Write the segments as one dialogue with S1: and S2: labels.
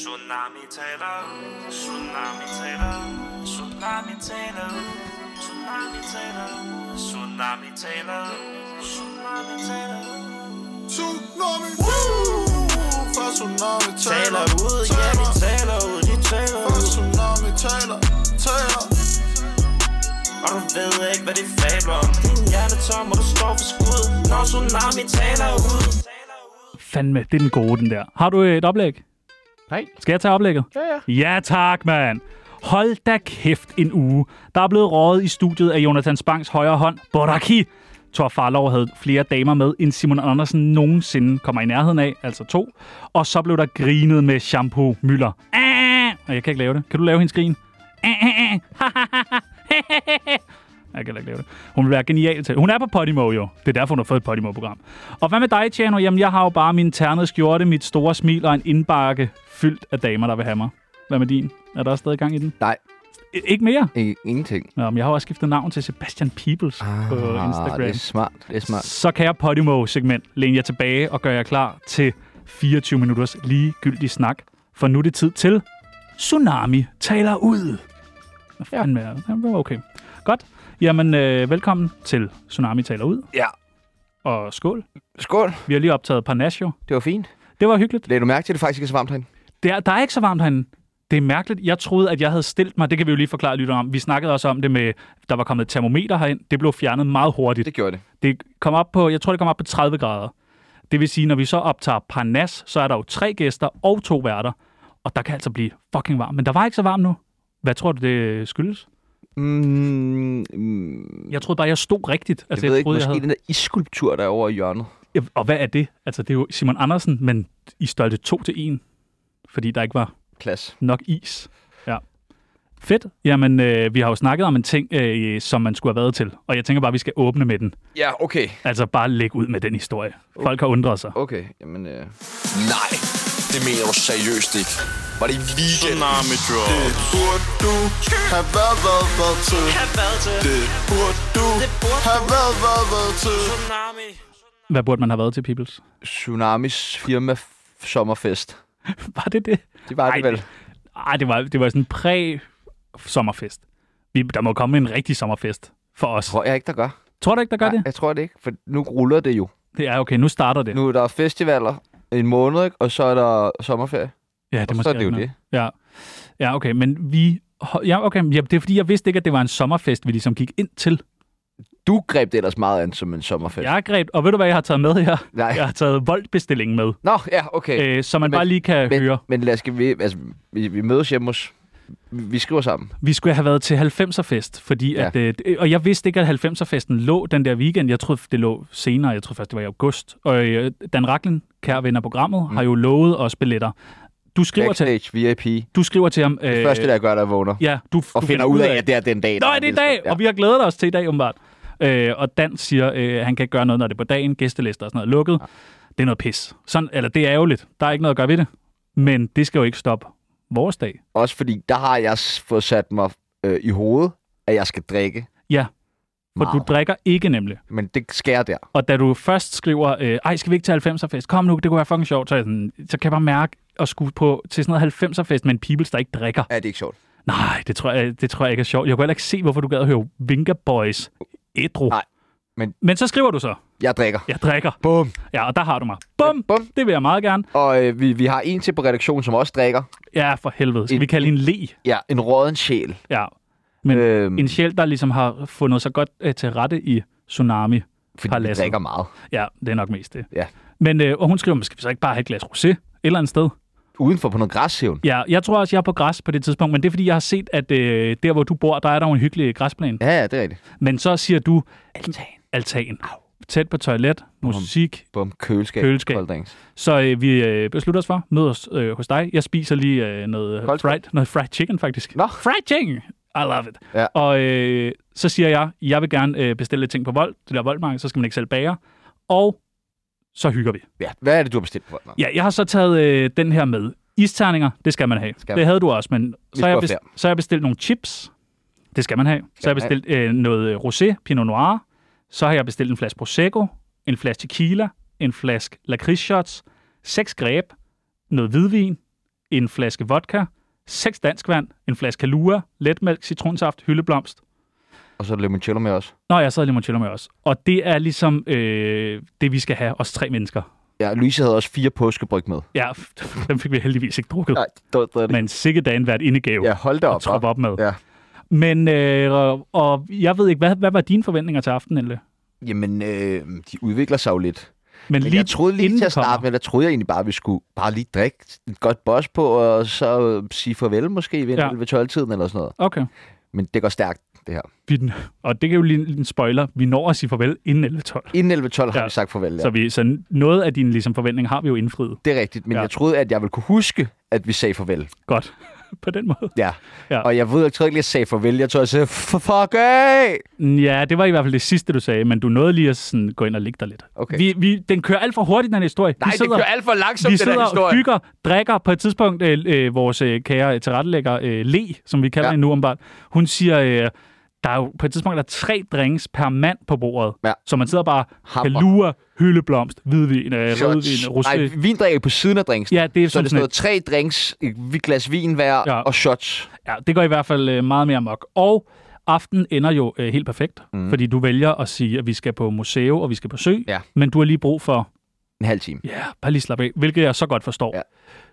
S1: Tsunami taler, tsunami taler, tsunami taler, tsunami taler, tsunami taler, tsunami taler.
S2: Tsunami Woo! For tsunami taler
S1: Taler ud, ja de taler ud, de taler
S2: For
S1: ud.
S2: tsunami taler Taler
S1: Og du ved ikke, hvad de fabler om. Din hjerne er tom, og du står for skud, når tsunami taler ud.
S3: Fandme, det er den gode, den der. Har du øh, et oplæg?
S4: Nej.
S3: Skal jeg tage oplægget?
S4: Ja, ja.
S3: Ja tak, mand. Hold da kæft en uge. Der er blevet rådet i studiet af Jonathan Spangs højre hånd, Boraki. Thor Farlov havde flere damer med, end Simon Andersen nogensinde kommer i nærheden af, altså to. Og så blev der grinet med shampoo Møller. Ah! Og jeg kan ikke lave det. Kan du lave hendes grin? Ah, ah, ah. Ha, ha, ha, ha. He, he, he, he. Jeg kan heller ikke lave det. Hun vil være genial til. Hun er på Podimo jo. Det er derfor, hun har fået et Podimo-program. Og hvad med dig, Tjano? Jamen, jeg har jo bare min ternede skjorte, mit store smil og en indbakke fyldt af damer, der vil have mig. Hvad med din? Er der også stadig gang i den?
S4: Nej.
S3: I- ikke mere?
S4: I- Ingenting.
S3: Nå, men jeg har også skiftet navn til Sebastian Peebles ah, på Instagram.
S4: det er smart. Det er smart.
S3: Så kan jeg Podimo-segment læne jer tilbage og gøre jer klar til 24 minutters ligegyldig snak. For nu er det tid til Tsunami taler ud. Hvad
S4: Ja.
S3: fanden ja. Det var okay. Godt. Jamen, øh, velkommen til Tsunami taler ud.
S4: Ja.
S3: Og skål.
S4: Skål.
S3: Vi har lige optaget Parnasio.
S4: Det var fint.
S3: Det var hyggeligt.
S4: Lad du mærke til, at det faktisk ikke er så varmt herinde?
S3: Det er, der er ikke så varmt herinde. Det er mærkeligt. Jeg troede, at jeg havde stillet mig. Det kan vi jo lige forklare lytteren om. Vi snakkede også om det med, der var kommet et termometer herind. Det blev fjernet meget hurtigt.
S4: Det gjorde det.
S3: Det kom op på, jeg tror, det kom op på 30 grader. Det vil sige, når vi så optager Parnas, så er der jo tre gæster og to værter. Og der kan altså blive fucking varmt. Men der var ikke så varmt nu. Hvad tror du, det skyldes?
S4: Mm, mm,
S3: Jeg troede bare, jeg stod rigtigt.
S4: jeg ved ikke,
S3: troede,
S4: måske den der isskulptur, der er over i hjørnet.
S3: havde... Og hvad er det? Altså, det er jo Simon Andersen, men i størrelse 2 til 1. Fordi der ikke var
S4: Klasse.
S3: nok is. Ja. Fedt. Jamen, øh, vi har jo snakket om en ting, øh, som man skulle have været til. Og jeg tænker bare, at vi skal åbne med den.
S4: Ja, okay.
S3: Altså, bare lægge ud med den historie. Folk har undret sig.
S4: Okay, jamen... Øh.
S5: Nej, det mener du seriøst ikke. Var det i weekenden?
S1: Tsunami drop.
S2: Det burde du have været været været til
S1: Kan hvad til
S2: Det burde du have været været været til
S1: tsunami.
S3: Hvad burde man have været til, Peoples?
S4: Tsunamis firma f- sommerfest.
S3: Var det det?
S4: Det var
S3: Ej,
S4: det vel.
S3: Ej, det var, det var sådan en præ-sommerfest. Vi, der må komme en rigtig sommerfest for os.
S4: Tror jeg ikke, der gør.
S3: Tror du ikke, der gør
S4: Nej,
S3: det?
S4: jeg tror det ikke, for nu ruller det jo.
S3: Det er okay, nu starter det.
S4: Nu er der festivaler en måned, ikke? og så er der sommerferie.
S3: ja,
S4: og så er det jo det.
S3: Ja. ja, okay, men vi... Ja, okay, ja, det er fordi, jeg vidste ikke, at det var en sommerfest, vi ligesom gik ind til.
S4: Du greb det ellers meget an som en sommerferie.
S3: Jeg har greb, og ved du, hvad jeg har taget med her?
S4: Nej.
S3: Jeg har taget voldbestillingen med,
S4: Nå, ja, okay.
S3: øh, så man
S4: Men-
S3: bare lige kan
S4: men,
S3: høre.
S4: Men lad os, vi, altså, vi, vi mødes hjemme hos... Vi skriver sammen.
S3: Vi skulle have været til 90'er-fest, fordi
S4: Ja.
S3: at, øh, det- og jeg vidste ikke, at 90'er-festen lå den der weekend. Jeg troede, det lå senere. Jeg troede først, det var i august. Og øh, Dan Raklen, kære ven af programmet, mm. har jo lovet os billetter. Du skriver, til,
S4: Backstage, VIP.
S3: du skriver til ham... Øh,
S4: Første, der gør, der vågner.
S3: Ja, du,
S4: Og
S3: du
S4: finder ud af, at det er den dag.
S3: Nå,
S4: der
S3: er det i dag,
S4: Ja.
S3: og vi har glædet os til i dag, åbenbart. Øh, og Dan siger, øh, at han kan ikke gøre noget, når det er på dagen, gæstelister og sådan noget er lukket. Ja. Det er noget pis. Sådan, eller det er ærgerligt. Der er ikke noget at gøre ved det. Men det skal jo ikke stoppe vores dag.
S4: Også fordi, der har jeg s- fået sat mig øh, i hovedet, at jeg skal drikke.
S3: Ja, for
S4: Meget.
S3: du drikker ikke nemlig.
S4: Men det skærer der.
S3: Og da du først skriver, øh, ej, skal vi ikke til 90'er-fest? Kom nu, det kunne være fucking sjovt. Så, er jeg sådan, så kan jeg bare mærke at skulle på til sådan noget 90'er-fest med en peoples, der ikke drikker.
S4: Ja, det er ikke sjovt.
S3: Nej, det tror, jeg, det tror jeg ikke er sjovt. Jeg kunne heller ikke se, hvorfor du gad at høre Vinka Boys ædru.
S4: Nej, men-
S3: men så skriver du så,
S4: Jeg drikker.
S3: jeg drikker.
S4: Bum.
S3: Ja, og der har du mig. Bum!
S4: Bum.
S3: Det vil jeg meget gerne.
S4: Og øh, vi, vi har en til på redaktionen, som også drikker.
S3: Ja, for helvede. Skal
S4: En-
S3: vi kalde hende Le?
S4: Ja, en råden sjæl.
S3: Ja. Men
S4: Øhm.
S3: øhm. en sjæl, der ligesom har fundet sig godt øh, til rette i tsunami.
S4: Fordi vi
S3: Parlasset.
S4: drikker meget.
S3: Ja, det er nok mest det.
S4: Ja.
S3: Men øh, og hun skriver, "Men skal vi så ikke bare have et glas rosé et eller andet sted?
S4: Udenfor på noget græshævn.
S3: Ja, jeg tror også, jeg er på græs på det tidspunkt, men det er, fordi jeg har set, at øh, der, hvor du bor, der er der jo en hyggelig græsplæne.
S4: Ja, ja, det er rigtigt.
S3: Men så siger du... Altan. Altan. Tæt på toilet, musik.
S4: Bum, køleskab.
S3: Køleskab.
S4: Kold drinks.
S3: Så øh, vi øh, beslutter os for, mød os øh, hos dig. Jeg spiser lige øh, noget,
S4: Koldt
S3: fried, noget fried chicken, faktisk.
S4: Nå.
S3: Fried chicken! I love it.
S4: Ja.
S3: Og øh, så siger jeg, jeg vil gerne øh, bestille lidt ting på Vold, det der Voldmarked, så skal man ikke selv bage. Og så hygger vi.
S4: Ja, hvad er det, du har bestilt på? Ja.
S3: Ja, jeg har så taget øh, den her med. Isterninger, det skal man have.
S4: Skal
S3: Skal.
S4: man.
S3: Det havde du også, men så har,
S4: skulle
S3: jeg
S4: have
S3: bes- så har jeg bestilt nogle chips. Det skal man have. så har jeg
S4: man
S3: bestilt øh, noget øh, rosé, pinot noir. Så har jeg bestilt en flaske prosecco, en flaske tequila, en flaske lakridsshots, seks greb, noget hvidvin, en flaske vodka, seks danskvand, en flaske lua, letmælk, citronsaft, hyldeblomst.
S4: Og så limoncello med os.
S3: Nå ja, så er limoncello med os. Og det er ligesom øh, det, vi skal have, os tre mennesker.
S4: Ja, Louise havde også fire påskebryg med.
S3: Ja, dem fik vi heldigvis ikke drukket.
S4: Nej, det var det. var det.
S3: Men sikke dagen været indegave.
S4: Ja, hold da op.
S3: at troppe
S4: hva'?
S3: op med.
S4: Ja.
S3: Men, øh, og- og jeg ved ikke, hvad, hvad var dine forventninger til aftenen egentlig?
S4: Jamen, øh, de udvikler sig jo lidt.
S3: Men,
S4: Men lige jeg troede lige
S3: inden
S4: til
S3: vi
S4: at starte
S3: kommer-
S4: med, der troede jeg egentlig bare, at vi skulle bare lige drikke et godt boss på, og så øh, sige farvel måske ved
S3: Ja.
S4: ja. 11-12-tiden eller sådan noget.
S3: Okay.
S4: Men det går stærkt, det her.
S3: Vi, og det kan jo lige en spoiler. Vi når at sige farvel inden 11.12.
S4: Inden 11-12 ja.
S3: Ja.
S4: har vi sagt farvel. Ja.
S3: Så, vi, så noget af dine ligesom, forventninger har vi jo indfriet.
S4: Det er rigtigt, men
S3: Ja.
S4: ja. jeg troede, at jeg ville kunne huske, at vi sagde farvel.
S3: Godt. På den måde.
S4: Ja.
S3: Ja.
S4: ja. Og jeg ved jeg troede ikke lige, at jeg sagde farvel. Jeg tror, jeg sagde, "F- fuck af!
S3: Ja, det var i hvert fald det sidste, du sagde, men du nåede lige at sådan, gå ind og ligge dig lidt.
S4: Okay.
S3: Vi, vi, den kører alt for hurtigt, den her historie.
S4: Nej,
S3: vi
S4: det kører alt for langsomt,
S3: vi
S4: den her
S3: sidder og
S4: historie.
S3: hygger, drikker på et tidspunkt. Øh, øh, vores øh, kære tilrettelægger, øh, Le, som vi kalder ja.
S4: Ja.
S3: hende nu ombart, hun siger, øh, der er jo på et tidspunkt der er tre drinks per mand på bordet.
S4: Ja.
S3: Så man sidder bare,
S4: Hammer.
S3: kalua, hyldeblomst, hvidvin, øh, rødvin,
S4: Shots. Nej,
S3: rosé.
S4: vin drikker på siden af drinks.
S3: Ja, det er
S4: så er
S3: sådan
S4: det sådan noget tre drinks, et glas vin hver
S3: Ja.
S4: ja. og shots.
S3: Ja, det går i hvert fald øh, meget mere mok. Og aftenen ender jo øh, helt perfekt, mm. fordi du vælger at sige, at vi skal på museum og vi skal på sø,
S4: Ja.
S3: men du har lige brug for
S4: En halv time.
S3: Ja, yeah, bare lige slap af, hvilket jeg så godt forstår.
S4: Ja.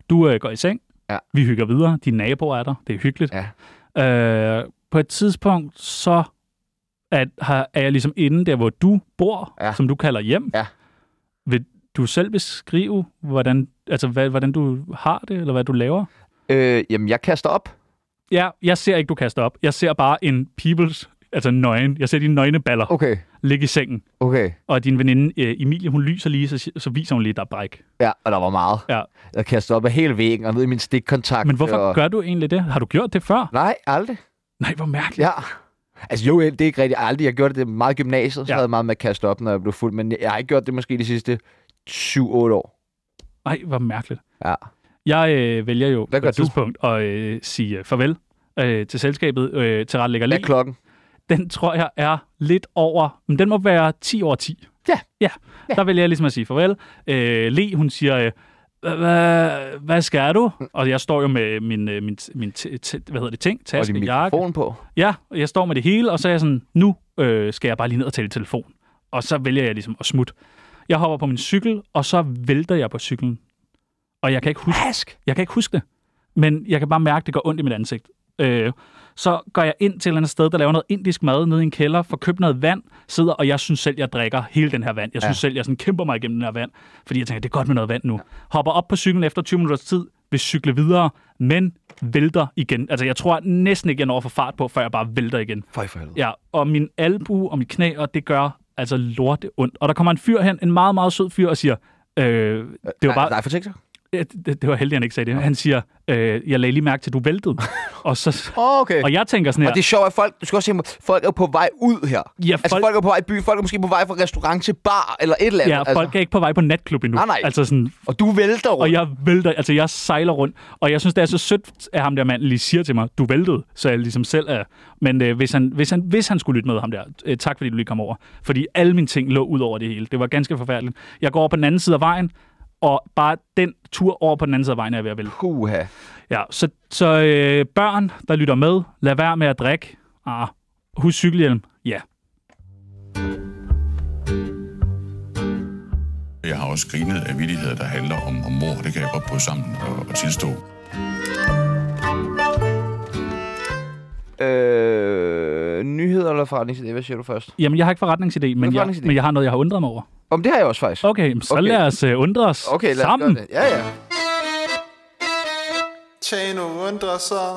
S3: Du øh, går i seng,
S4: Ja.
S3: vi hygger videre, dine naboer er der, det er hyggeligt. Ja. Øh, på et tidspunkt, så at, har, er jeg ligesom inde der, hvor du bor, ja.
S4: Ja.
S3: som du kalder hjem.
S4: Ja.
S3: Vil du selv beskrive, hvordan, altså, hvad, hvordan du har det, eller hvad du laver?
S4: Øh, jamen, jeg kaster op.
S3: Ja, jeg ser ikke, du kaster op. Jeg ser bare en peoples, altså nøgen. Jeg ser dine nøgneballer okay.
S4: Okay,
S3: ligge i sengen.
S4: okay.
S3: Og din veninde øh, Emilie, hun lyser lige, så, så viser hun lige, der er bræk.
S4: Ja, og der var meget.
S3: Ja.
S4: Jeg kastede op af hele væggen og ned i min stikkontakt. øh,
S3: Men hvorfor
S4: og...
S3: gør du egentlig det? Har du gjort det før?
S4: Nej, aldrig.
S3: Nej, hvor mærkeligt.
S4: Ja. Altså jo, det er ikke rigtigt. Aldrig. Jeg gjorde det meget i gymnasiet, så
S3: Ja.
S4: ja. havde jeg meget med at kaste op, når jeg blev fuld. Men jeg har ikke gjort det måske de sidste 7-8 år.
S3: Nej, hvor mærkeligt.
S4: Ja.
S3: Jeg øh, vælger jo
S4: Hvad
S3: på
S4: gør
S3: et
S4: du?
S3: tidspunkt at øh, sige øh, farvel øh, til selskabet, øh, til retlægger
S4: Hvad
S3: Læg.
S4: er klokken?
S3: Den tror jeg er lidt over, men den må være 10 over 10.
S4: Ja.
S3: Ja, ja. der vælger jeg ligesom at sige farvel. Øh, Le, hun siger, øh, "Hva- hva- hvad skal du? Og jeg står jo med min, øh, min, min t- t- hvad hedder det, ting,
S4: Mm. Og din
S3: taske, jakke.
S4: mikrofon på.
S3: Ja, og jeg står med det hele, og så er jeg sådan, nu øh, skal jeg bare lige ned og tale i telefon. Og så vælger jeg ligesom at smutte. Jeg hopper på min cykel, og så vælter jeg på cyklen. Og jeg kan ikke huske,
S4: Ask!
S3: jeg kan ikke huske det, men jeg kan bare mærke, at det går ondt i mit ansigt. Øh, så går jeg ind til et eller andet sted, der laver noget indisk mad nede i en kælder, får købt noget vand, sidder, og jeg synes selv, jeg drikker hele den her vand. Jeg synes ja. selv, jeg sådan kæmper mig igennem den her vand, fordi jeg tænker, det er godt med noget vand nu. Ja. Hopper op på cyklen efter 20 minutters tid, vil cykle videre, men vælter igen. Altså, jeg tror næsten ikke, jeg når at få fart på, før jeg bare vælter igen.
S4: Føj for helvede.
S3: Ja, og min albu og mit knæ, og det gør altså lorte ondt. Og der kommer en fyr hen, en meget, meget sød fyr, og siger, øh, det var
S4: Nej,
S3: bare,
S4: Nej, for TikTok.
S3: Ja, det, det var heldigt, han ikke sagde det. Han siger, øh, jeg lagde lige mærke til, at du væltede. og, så,
S4: Åh, okay.
S3: og jeg tænker sådan her,
S4: Og det er sjovt, at folk, du skal også se, at folk er på vej ud her.
S3: Ja,
S4: altså,
S3: folk-
S4: folk er på vej i by, folk er måske på vej fra restaurant til bar, eller et eller andet.
S3: ja,
S4: altså.
S3: folk er ikke på vej på natklub endnu.
S4: Nej, nej.
S3: Altså sådan,
S4: Og du vælter
S3: og
S4: rundt.
S3: jeg vælter, altså jeg sejler rundt. Og jeg synes, det er så sødt, at ham der mand lige siger til mig, du væltede, så jeg ligesom selv er... Men øh, hvis, han, hvis, han, hvis han skulle lytte med ham der, øh, tak fordi du lige kom over. Fordi alle mine ting lå ud over det hele. Det var ganske forfærdeligt. Jeg går over på den anden side af vejen, og bare den tur over på den anden side af vejen er jeg ved at vælte.
S4: Puha.
S3: Ja, så, så øh, børn, der lytter med, lad være med at drikke. Ah, husk cykelhjelm. Ja.
S6: Jeg har også grinet af vidigheder, der handler om, om mor. Det kan jeg godt bryde sammen og, og tilstå.
S4: Øh, nyheder eller forretningsidé? Hvad siger du først?
S3: Jamen, jeg har ikke forretningsidé, men, jeg,
S4: forretningsidé.
S3: men jeg har noget, jeg har undret mig over.
S4: Om det har jeg også faktisk.
S3: Okay, jamen, så okay.
S4: Okay.
S3: lad os øh, undre os
S4: okay lad os
S3: sammen.
S4: gøre det. Ja, ja.
S2: Tjano undrer sig.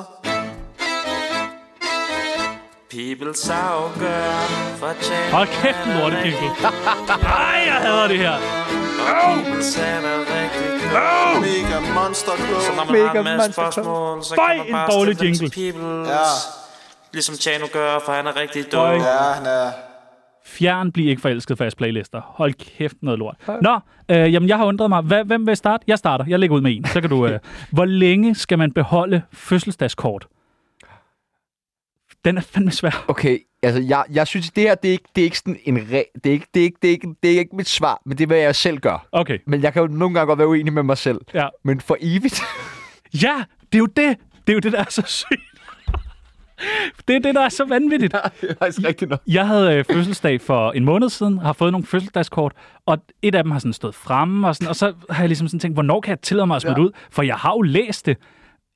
S1: People afgør for tjener
S3: Hold kæft, en lortekirkel. Ej, jeg hader det her.
S1: taler rigtig klogt.
S2: Mega monster
S1: Så når
S2: klog.
S1: man har
S4: Mega
S1: en masse
S4: monster.
S1: spørgsmål, så
S3: Føj,
S1: kan man
S3: en
S1: bare
S3: dårlig
S1: stille dem til
S3: jingle.
S1: Peoples.
S2: Ja.
S1: Ligesom Chano gør, for han er rigtig dum.
S3: Føj.
S2: Ja, han er...
S3: Fjern, bliv ikke forelsket fast playlister. Hold kæft, noget lort. Nå, øh, jamen, jeg har undret mig. Hva, hvem vil starte? Jeg starter. Jeg lægger ud med en. Så kan du... Øh, hvor længe skal man beholde fødselsdagskort? Den er fandme svær.
S4: Okay, altså jeg, jeg synes, det her, det er ikke, det er ikke sådan en re, det, er ikke, det, er ikke, det, er ikke, det er ikke mit svar, men det er, hvad jeg selv gør.
S3: Okay,
S4: Men jeg kan jo nogle gange godt være uenig med mig selv.
S3: ja.
S4: Men for evigt.
S3: Ja, det er jo det. Det er jo det, der er så sygt. Det er det, der er så vanvittigt.
S4: det er faktisk rigtigt nok.
S3: Jeg havde øh, fødselsdag for en måned siden, har fået nogle fødselsdagskort, og et af dem har sådan stået fremme, og, sådan, og så har jeg ligesom sådan tænkt, hvornår kan jeg tillade mig at smide ja. ud? For jeg har jo læst det.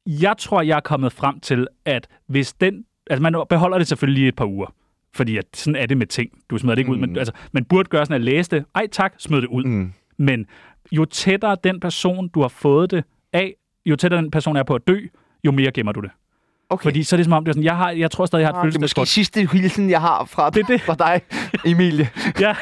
S3: Jeg tror, jeg er kommet frem til, at hvis den... Altså, man beholder det selvfølgelig i et par uger. Fordi at sådan er det med ting. Du smider det ikke mm. ud, men altså, man burde gøre sådan at læse det. Ej tak, smid det ud. Mm. Men jo tættere den person, du har fået det af, jo tættere den person er på at dø, jo mere gemmer du det.
S4: Okay. Ah,
S3: Fordi så er det som om, det er sådan, jeg, har, jeg tror stadig, jeg har et
S4: det er måske
S3: fødselsdagskort.
S4: sidste hilsen, jeg har fra,
S3: Det er det.
S4: fra dig, Emilie.
S3: Ja,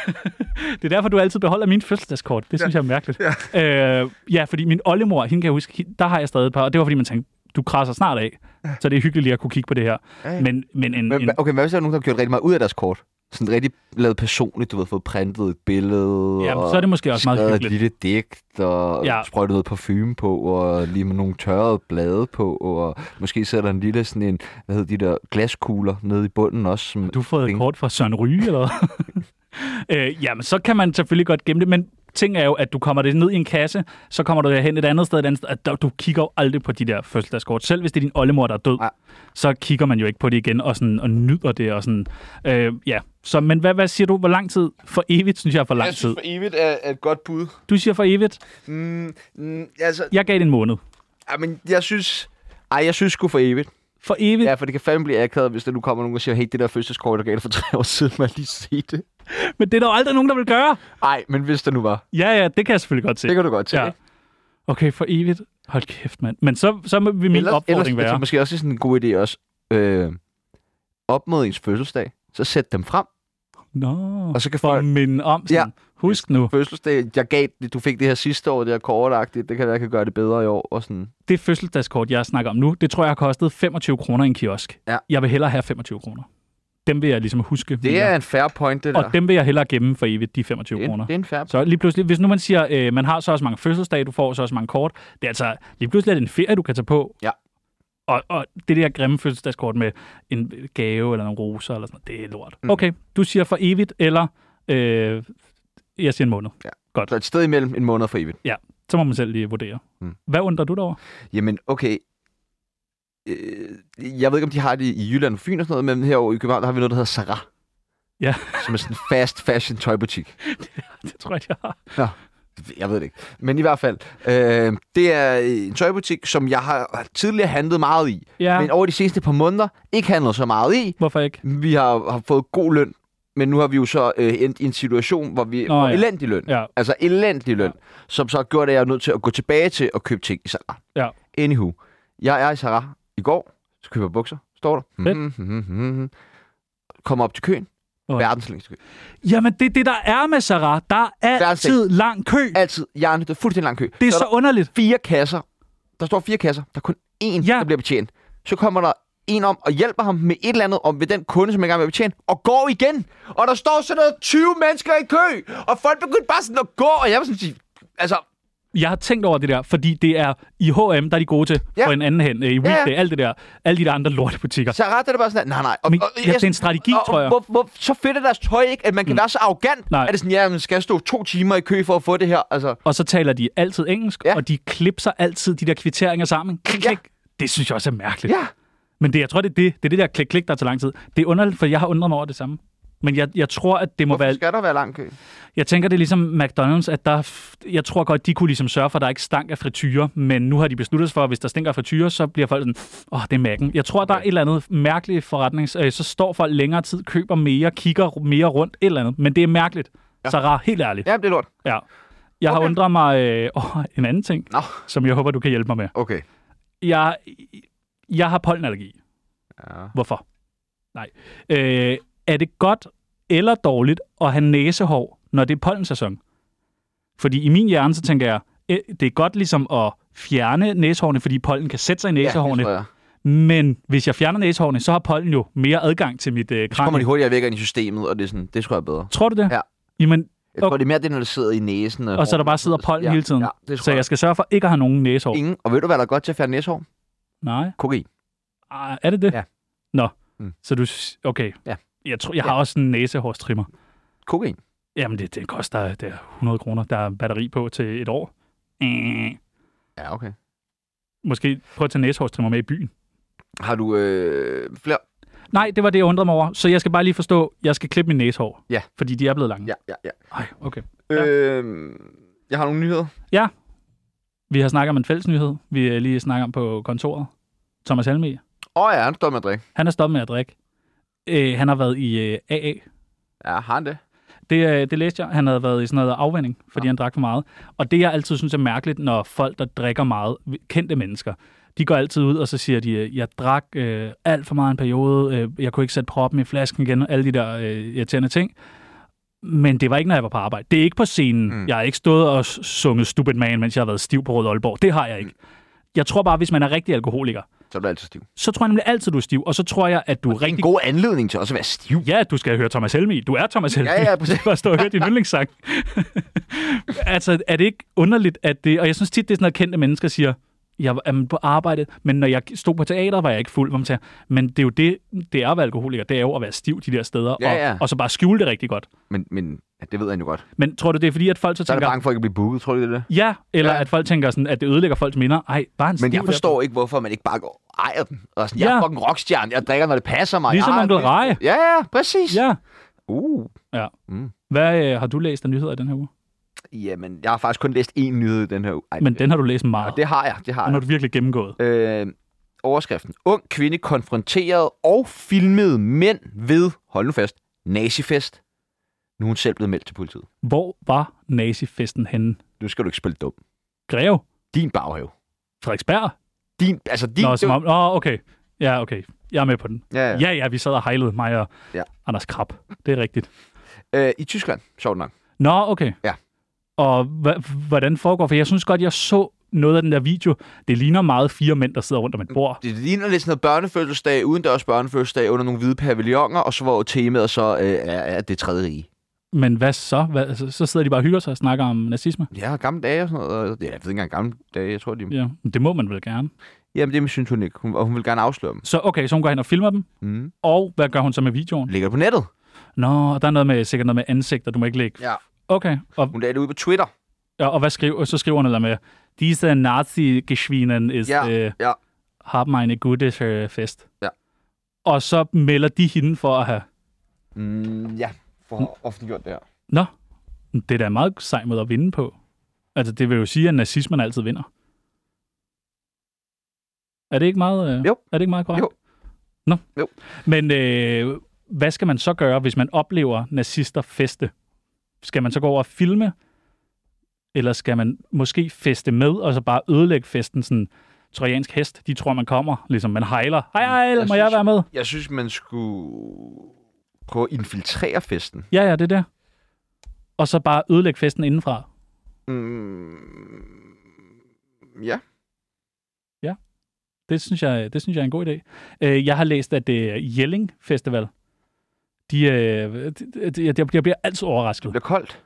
S3: det er derfor, du altid beholder min fødselsdagskort. Det synes jeg er mærkeligt. Ja, øh, ja fordi min oldemor, hende kan jeg huske, hende- der har jeg stadig et par, og det var fordi, man tænkte, du krasser snart af, så det er hyggeligt lige at kunne kigge på det her.
S4: ja.
S3: Men, men en,
S4: Men,
S3: en,
S4: hva- okay, hvad hvis der er nogen, der har gjort rigtig meget ud af deres kort? Sådan rigtig lavet personligt, du ved, fået printet et billede.
S3: ja,
S4: og
S3: så er det måske også meget
S4: skrevet et
S3: hyggeligt.
S4: lille digt, og
S3: Ja.
S4: ja. sprøjtet noget parfume på, og lige med nogle tørrede blade på, og måske sidder der en lille sådan en, hvad hedder de der, glaskugler nede i bunden også. Som
S3: Du har fået et
S4: Bing.
S3: kort fra Søren Ryge, eller hvad? øh, jamen, så kan man selvfølgelig godt gemme det, men ting er jo, at du kommer det ned i en kasse, så kommer du hen et andet sted, et andet sted, at der- du kigger jo aldrig på de der fødselsdagskort. Selv hvis det er din oldemor, der er død,
S4: Nej.
S3: så kigger man jo ikke på det igen og, sådan, og nyder det. Og sådan, øh, ja. Så, men hvad, hvad siger du? Hvor lang tid? For evigt, synes jeg er for lang tid.
S4: evigt er, er et godt bud.
S3: Du siger for evigt.
S4: Mm, mm, altså,
S3: Jeg gav det en måned.
S4: ja, men jeg synes... Ej, jeg synes sgu for evigt.
S3: For evigt?
S4: Ja, for det kan fandme blive akavet, hvis der nu kommer nogen og siger, hey, det der fødselskort, der gav dig for tre år siden, man lige se det.
S3: Men det er der jo aldrig nogen, der vil gøre.
S4: Ej, men hvis der nu var.
S3: Ja, ja, det kan jeg selvfølgelig godt se.
S4: Det kan du godt til.
S3: ja. Okay, for evigt. Hold kæft, mand. Men så, så vil min
S4: Ellers-
S3: opfordring
S4: ellers, Jeg tror
S3: være...
S4: måske også, det er sådan en god idé også. Øh, op mod ens fødselsdag, så sæt dem frem.
S3: Nå,
S4: Og så kan
S3: for
S4: folk-
S3: at minde om sådan, ja. husk nu,
S4: Fødselsdag, jeg gav, det- du fik det her sidste år, det her kortagtigt, det kan være, jeg kan gøre det bedre i år. Og sådan.
S3: det fødselsdagskort, jeg snakker om nu, det tror jeg har kostet 25 kroner i en kiosk.
S4: Ja.
S3: Jeg vil hellere have 25 kroner. Dem vil jeg ligesom huske.
S4: Det
S3: mere.
S4: er en fair point, det der.
S3: Og dem vil jeg hellere gemme for evigt, de 25
S4: det, er en,
S3: kroner.
S4: det er en fair point.
S3: Så lige pludselig, hvis nu man siger, øh, man har så også mange fødselsdage, du får så også mange kort, det er altså lige pludselig er det en ferie, du kan tage på.
S4: Ja.
S3: Og, og det der grimme fødselsdagskort med en gave eller nogle roser eller sådan noget, det er lort. Mm. Okay, du siger for evigt, eller øh, jeg siger en måned.
S4: Så et sted imellem en måned for evigt.
S3: Så må man selv lige vurdere. Mm.
S4: Mm.
S3: Hvad undrer du dig over?
S4: Jamen, okay. Øh, jeg ved ikke, om de har det i Jylland og Fyn og sådan noget, men herovre i København, der har vi noget, der hedder Sarah.
S3: Ja.
S4: Som er sådan en fast fashion tøjbutik.
S3: Det tror jeg, jeg har.
S4: Jeg ved det ikke. Men i hvert fald, øh, det er en tøjbutik, som jeg har tidligere handlet meget i.
S3: Ja,
S4: Men over de seneste par måneder, ikke handlet så meget i.
S3: hvorfor ikke?
S4: Vi har, har fået god løn, men nu har vi jo så øh, endt i en situation, hvor vi
S3: Nå,
S4: Nå, får
S3: ja.
S4: ja. elendig løn.
S3: Ja.
S4: Altså elendig løn, som så har gjort, at jeg er nødt til at gå tilbage til at købe ting i Zara.
S3: Ja.
S4: Anywho, jeg er i Zara i går, så køber jeg bukser, står der.
S3: Fedt.
S4: Mhm, mhm, mhm, mhm. Kommer op til køen.
S3: Nå.
S4: Verdens længste kø.
S3: Jamen, det er det, der er med Sarah. Der er altid lang kø.
S4: Altid hjerne, det er fuldstændig lang kø.
S3: Det er
S4: så,
S3: så
S4: er
S3: underligt.
S4: der fire kasser. Der står fire kasser. Der er kun én,
S3: Ja.
S4: ja. der bliver betjent. Så kommer der en om og hjælper ham med et eller andet om ved den kunde, som er i gang med at betjene, og går igen. Og der står sådan noget 20 mennesker i kø, og folk begyndte bare sådan at gå, og jeg var sådan sige, altså,
S3: Jeg har tænkt over det der, fordi det er i H&M, der er de gode til ja.
S4: Ja.
S3: for en anden hen. øh, I Weekday, ja,
S4: ja.
S3: alt det der. Alle de der andre lortebutikker.
S4: så er det bare sådan, at, nej, nej. Og,
S3: Men
S4: og,
S3: ja, det er en strategi,
S4: og,
S3: tror jeg.
S4: Hvor, hvor, så fedt er deres tøj ikke, at man kan mm. være så arrogant,
S3: Nej.
S4: nej. at det er sådan, ja, man skal jeg stå to timer i kø for at få det her, altså.
S3: Og så taler de altid engelsk, ja.
S4: Ja.
S3: og de klipser altid de der kvitteringer sammen. Klik,
S4: Ja.
S3: klik. Det synes jeg også er mærkeligt.
S4: Ja,
S3: Men det, jeg tror, det er det, det, er det der klik-klik, der tager lang tid. Det er underligt, for jeg har undret mig over det samme. Men jeg, jeg tror, at det må
S4: hvorfor
S3: være...
S4: skal der være lang kø?
S3: Jeg tænker, det er ligesom McDonald's, at der... Jeg tror godt, de kunne ligesom sørge for, at der ikke stank af frityre, men nu har de besluttet sig for, at hvis der stinker af frityre, så bliver folk sådan, åh, oh, det er Mac'en. Jeg tror, der er et eller andet mærkeligt forretnings... Øh, så står folk længere tid, køber mere, kigger mere rundt, et eller andet. Men det er mærkeligt. Ja. Sarah, helt ærligt.
S4: Ja, det er lort.
S3: Ja. Jeg okay. har undret mig øh, over en anden ting,
S4: Nå.
S3: som jeg håber, du kan hjælpe mig med.
S4: Okay.
S3: Jeg, jeg har pollenallergi.
S4: Ja.
S3: Hvorfor? Nej. Øh, er det godt eller dårligt at have næsehår, når det er pollensæson? Fordi i min hjerne, så tænker jeg, øh, det er godt ligesom at fjerne næsehårene, fordi pollen kan sætte sig i næsehårene.
S4: Ja, det tror jeg.
S3: men hvis jeg fjerner næsehårene, så har pollen jo mere adgang til mit øh,
S4: Så kommer de
S3: kranje.
S4: hurtigere væk ind i systemet, og det er sådan, det tror jeg er bedre.
S3: Tror du det?
S4: Ja.
S3: Jamen,
S4: Jeg tror,
S3: Okay.
S4: det er mere det, når det sidder i næsen.
S3: og så der bare sidder pollen
S4: ja,
S3: hele tiden.
S4: Ja, det tror
S3: så jeg skal sørge for ikke at have nogen næsehår.
S4: Ingen. Og ved du, hvad der er godt til at fjerne næsehår?
S3: Nej.
S4: Kokain.
S3: Ah, er det det?
S4: Ja.
S3: Nå, mm.
S4: Mm.
S3: så du... s- Okay.
S4: Ja.
S3: Jeg, tror, jeg har også en næsehårstrimmer.
S4: Kokain.
S3: Jamen, det, det koster det er 100 kroner. Der er batteri på til et år. Øh,
S4: Ja, okay.
S3: Måske prøv at tage næsehårstrimmer med i byen.
S4: Har du øh, flere?
S3: Nej, det var det, jeg undrede mig over. Så jeg skal bare lige forstå, jeg skal klippe min næsehår.
S4: Ja.
S3: Fordi de er blevet lange.
S4: Ja, ja, ja.
S3: Ej, okay.
S4: ja. Øh, jeg har nogle nyheder.
S3: Ja. Vi har snakket om en fælles nyhed, vi øh, lige snakker om på kontoret. Thomas Helmi,
S4: Åh oh, ja, han står med at drikke.
S3: han er stoppet med at drikke. Øh, han har været i øh, AA.
S4: Ja, har han det?
S3: Det, øh, det læste jeg. Han havde været i sådan noget afvænding, fordi ja. han drak for meget. Og det, jeg altid synes er mærkeligt, når folk, der drikker meget, kendte mennesker, de går altid ud, og så siger de, øh, jeg drak øh, alt for meget en periode, øh, jeg kunne ikke sætte proppen i flasken igen, og alle de der øh, irriterende ting. Men det var ikke, når jeg var på arbejde. Det er ikke på scenen. Mm. Jeg har ikke stået og s- sunget Stupid Man, mens jeg har været stiv på Rød Aalborg. Det har jeg ikke. Jeg tror bare, hvis man er rigtig alkoholiker,
S4: Så er du altid stiv.
S3: så tror jeg nemlig altid, du er stiv. Og så tror jeg, at du er
S4: En
S3: rigtig
S4: god anledning til også at være stiv.
S3: Ja, du skal høre Thomas Helmi. Du er Thomas Helmi.
S4: Ja, ja, præcis.
S3: Bare stå og høre din yndlingssang. altså, er det ikke underligt, at det... Og jeg synes tit, det er sådan noget, kendte mennesker siger, jeg var jamen, på arbejde, men når jeg stod på teater, var jeg ikke fuld, hvor man siger, men det er jo det, det er at være alkoholiker, det er jo at være stiv de der steder,
S4: Ja,
S3: og,
S4: ja.
S3: og så bare skjule det rigtig godt.
S4: Men, men ja, det ved han jo godt.
S3: Men tror du, det er fordi, at folk så
S4: Så er
S3: tænker,
S4: jeg bange for ikke at blive booket, tror du det er det?
S3: ja, eller
S4: Ja.
S3: ja. at folk tænker sådan, at det ødelægger folks minder. Ej, bare en
S4: Men
S3: stiv
S4: jeg forstår ikke, hvorfor man ikke bare går og ejer den. Og sådan,
S3: Ja.
S4: jeg er fucking rockstjerne, jeg drikker, når det passer mig.
S3: Ligesom
S4: jeg har-
S3: Onkel Reje.
S4: Ja, ja, præcis.
S3: Der. Ja.
S4: Uh.
S3: ja.
S4: Mm.
S3: Mm. Hvad øh, har du læst af nyheder i den her uge?
S4: Jamen, jeg har faktisk kun læst én nyhed i den her uge. Ej,
S3: Men den har du læst meget.
S4: og det har jeg, det har
S3: den har
S4: jeg.
S3: du virkelig gennemgået.
S4: Øh, overskriften. Ung kvinde konfronteret og filmede mænd ved, hold nu fast, nazifest. Nu er hun selv blevet meldt til politiet.
S3: Hvor var nazifesten henne?
S4: Nu skal du ikke spille dum.
S3: Greve?
S4: Din baghave.
S3: Frederiksberg?
S4: Din, altså din...
S3: Nå,
S4: det-
S3: som om, åh, okay. Ja, okay. Jeg er med på den.
S4: Ja, ja.
S3: Ja, ja, vi sad og hejlede mig og
S4: Ja.
S3: ja. Anders Krab. Det er rigtigt.
S4: Øh, I Tyskland, sjovt nok.
S3: Nå, okay.
S4: Ja.
S3: Og hva- hvordan foregår? For jeg synes godt, jeg så noget af den der video. Det ligner meget fire mænd, der sidder rundt om et bord.
S4: Det ligner lidt sådan noget børnefødselsdag, udendørs børnefødselsdag under nogle hvide pavilloner, og så var jo temaet så, øh, er, er det tredje rige.
S3: Men hvad så? Hvad, så- så sidder de bare og hygger sig og snakker om nazisme.
S4: Ja, gamle dage og sådan noget. og- Ja, jeg ved ikke engang gamle dage, jeg tror, de...
S3: Ja, men det må man vel gerne.
S4: Jamen, det synes hun ikke, hun, og hun vil gerne afsløre dem.
S3: Så okay, så hun går hen og filmer dem.
S4: Mm.
S3: Og hvad gør hun så med videoen?
S4: Ligger det på nettet?
S3: Nå, og der er noget med, sikkert noget med ansigter, du må ikke lægge.
S4: Ja.
S3: Okay, og
S4: Hun lagde det ud på Twitter.
S3: Ja, og hvad skriver, så skriver han noget med, disse nazi-geschwinen is,
S4: Ja,
S3: ja. øh,
S4: ja.
S3: har meine gute øh, fest.
S4: Ja.
S3: Og så melder de hende for at have,
S4: Mm, ja, for ofte gjort det her.
S3: nå, det er da en meget sej måde at vinde på. Altså, det vil jo sige, at nazismen altid vinder. Er det ikke meget, øh,
S4: Jo.
S3: Er det ikke meget korrekt?
S4: Jo.
S3: Nå.
S4: Jo.
S3: Men øh, hvad skal man så gøre, hvis man oplever nazister feste? Skal man så gå over og filme? Eller skal man måske feste med, og så bare ødelægge festen sådan trojansk hest? De tror, man kommer, ligesom man hejler. Hej, hej, må jeg
S4: synes-
S3: være med?
S4: Jeg synes, man skulle prøve at infiltrere festen.
S3: Ja, ja, det der. Og så bare ødelægge festen indenfra.
S4: Mm, ja.
S3: Det synes jeg, det synes jeg er en god idé. Øh, Jeg har læst, at det er Jelling Festival. De, øh, de, de, de, jeg bliver altid overrasket.
S4: Det bliver koldt.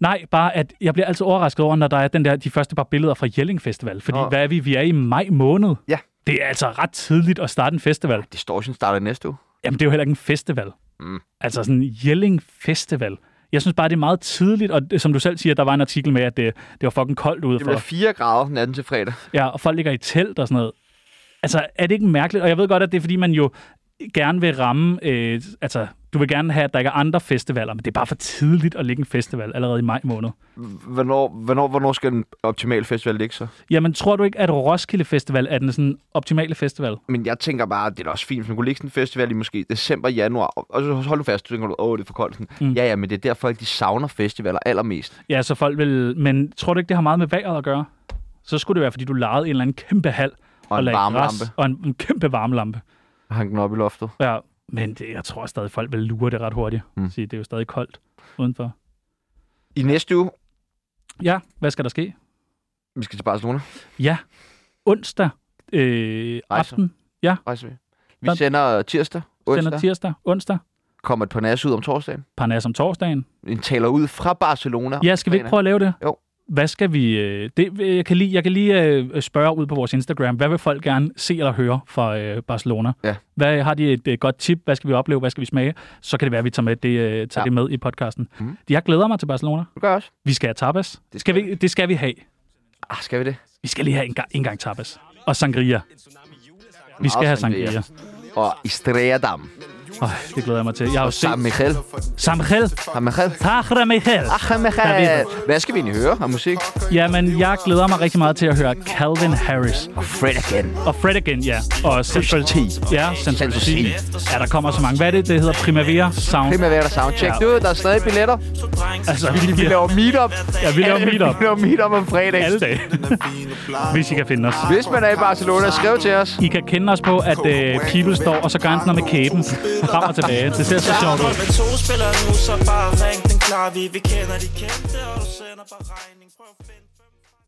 S3: Nej, bare at jeg bliver altid overrasket over, når der er den der, de første par billeder fra Jelling Festival. Fordi
S4: Nå.
S3: hvad er vi? Vi er i maj måned.
S4: Ja.
S3: Det er altså ret tidligt at starte en festival.
S4: Distortion starter i næste uge.
S3: Jamen, det er jo heller ikke en festival.
S4: Mm.
S3: Altså sådan en Jelling Festival. Jeg synes bare, det er meget tidligt, og det- som du selv siger, der var en artikel med, at det, det var fucking koldt ude
S4: Det
S3: for.
S4: bliver 4 grader natten til fredag.
S3: Ja, og folk ligger i telt og sådan noget. Altså, er det ikke mærkeligt? Og jeg ved godt, at det er, fordi man jo gerne vil ramme... Øh, altså, du vil gerne have, at der ikke er andre festivaler, men det er bare for tidligt at ligge en festival allerede i maj måned.
S4: Hvornår, hvornår, hvornår skal en optimal festival ligge så?
S3: Jamen, tror du ikke, at Roskilde Festival er den sådan optimale festival?
S4: Men jeg tænker bare, at det er da også fint, hvis man kunne lægge sådan en festival i måske december, januar, og og så hold nu fast, du tænker, du, åh, det er for koldt. Sådan. Mm. Ja, ja, men det er derfor, at de savner festivaler allermest.
S3: Ja, så folk vil... Men tror du ikke, det har meget med vejret at gøre? Så skulle det være, fordi du lejede en eller anden kæmpe hal
S4: Og en
S3: lagde
S4: varmelampe.
S3: græs Og en, en kæmpe varmelampe.
S4: Hang den op i loftet.
S3: Ja, men det, jeg tror stadig, folk vil lure det ret hurtigt. Mm. Sige, det er jo stadig koldt udenfor.
S4: I næste uge,
S3: Ja, hvad skal der ske?
S4: vi skal til Barcelona.
S3: Ja, onsdag øh,
S4: Rejser.
S3: aften. Ja,
S4: Rejser vi. Vi
S3: Sådan.
S4: sender tirsdag,
S3: onsdag.
S4: onsdag,
S3: sender tirsdag, onsdag.
S4: kommer et par nas ud om torsdagen.
S3: Parnas om torsdagen.
S4: En taler ud fra Barcelona.
S3: Ja, skal vi ikke prøve at lave det?
S4: Jo.
S3: Hvad skal vi... Øh, det, øh, jeg kan lige, jeg kan lige øh, spørge ud på vores Instagram. Hvad vil folk gerne se eller høre fra øh, Barcelona?
S4: Ja.
S3: Hvad, har de et øh, godt tip? Hvad skal vi opleve? Hvad skal vi smage? Så kan det være, at vi tager, med det, øh, tager
S4: Ja.
S3: ja. det med i podcasten.
S4: Mhm.
S3: Mm. Jeg glæder mig til Barcelona.
S4: Du gør også.
S3: Vi skal have tapas. Det skal, vi, det skal vi have.
S4: Ah, skal vi det?
S3: Vi skal lige have en gang, en gang tapas. Og sangria. Vi skal have sangria.
S4: sangria. Og Istredam.
S3: Øj, det glæder jeg mig til. Jeg har jo set
S4: Sammen med Michael.
S3: Samchel.
S4: Sammen med Michael.
S3: Tahra Michael.
S4: Ach, Michael. Hvad skal vi egentlig høre af musik?
S3: Jamen, jeg glæder mig rigtig meget til at høre Calvin Harris.
S4: Og Fred again.
S3: Og Fred again, ja. Og Central
S4: T.
S3: Ja, Central T.
S4: Central
S3: Ja, der kommer så mange. Hvad er det? Det hedder Primavera Sound.
S4: Primavera Soundcheck.
S3: Ja.
S4: Du, der er stadig billetter.
S3: Altså, vi, vi,
S4: Vi laver meetup.
S3: ja, vi laver meetup
S4: Vi laver meetup om fredag.
S3: alle dage, hvis I kan finde os.
S4: Hvis man er i Barcelona, skriv til os.
S3: I kan kende os på, at øh, People står, og så gør han sådan noget med kæben. Frem og tilbage. Det ser så sjovt ud.
S1: Med to spillere nu, så bare ring, den klarer vi. Vi kender de kendte, og du sender bare regning. Prøv at finde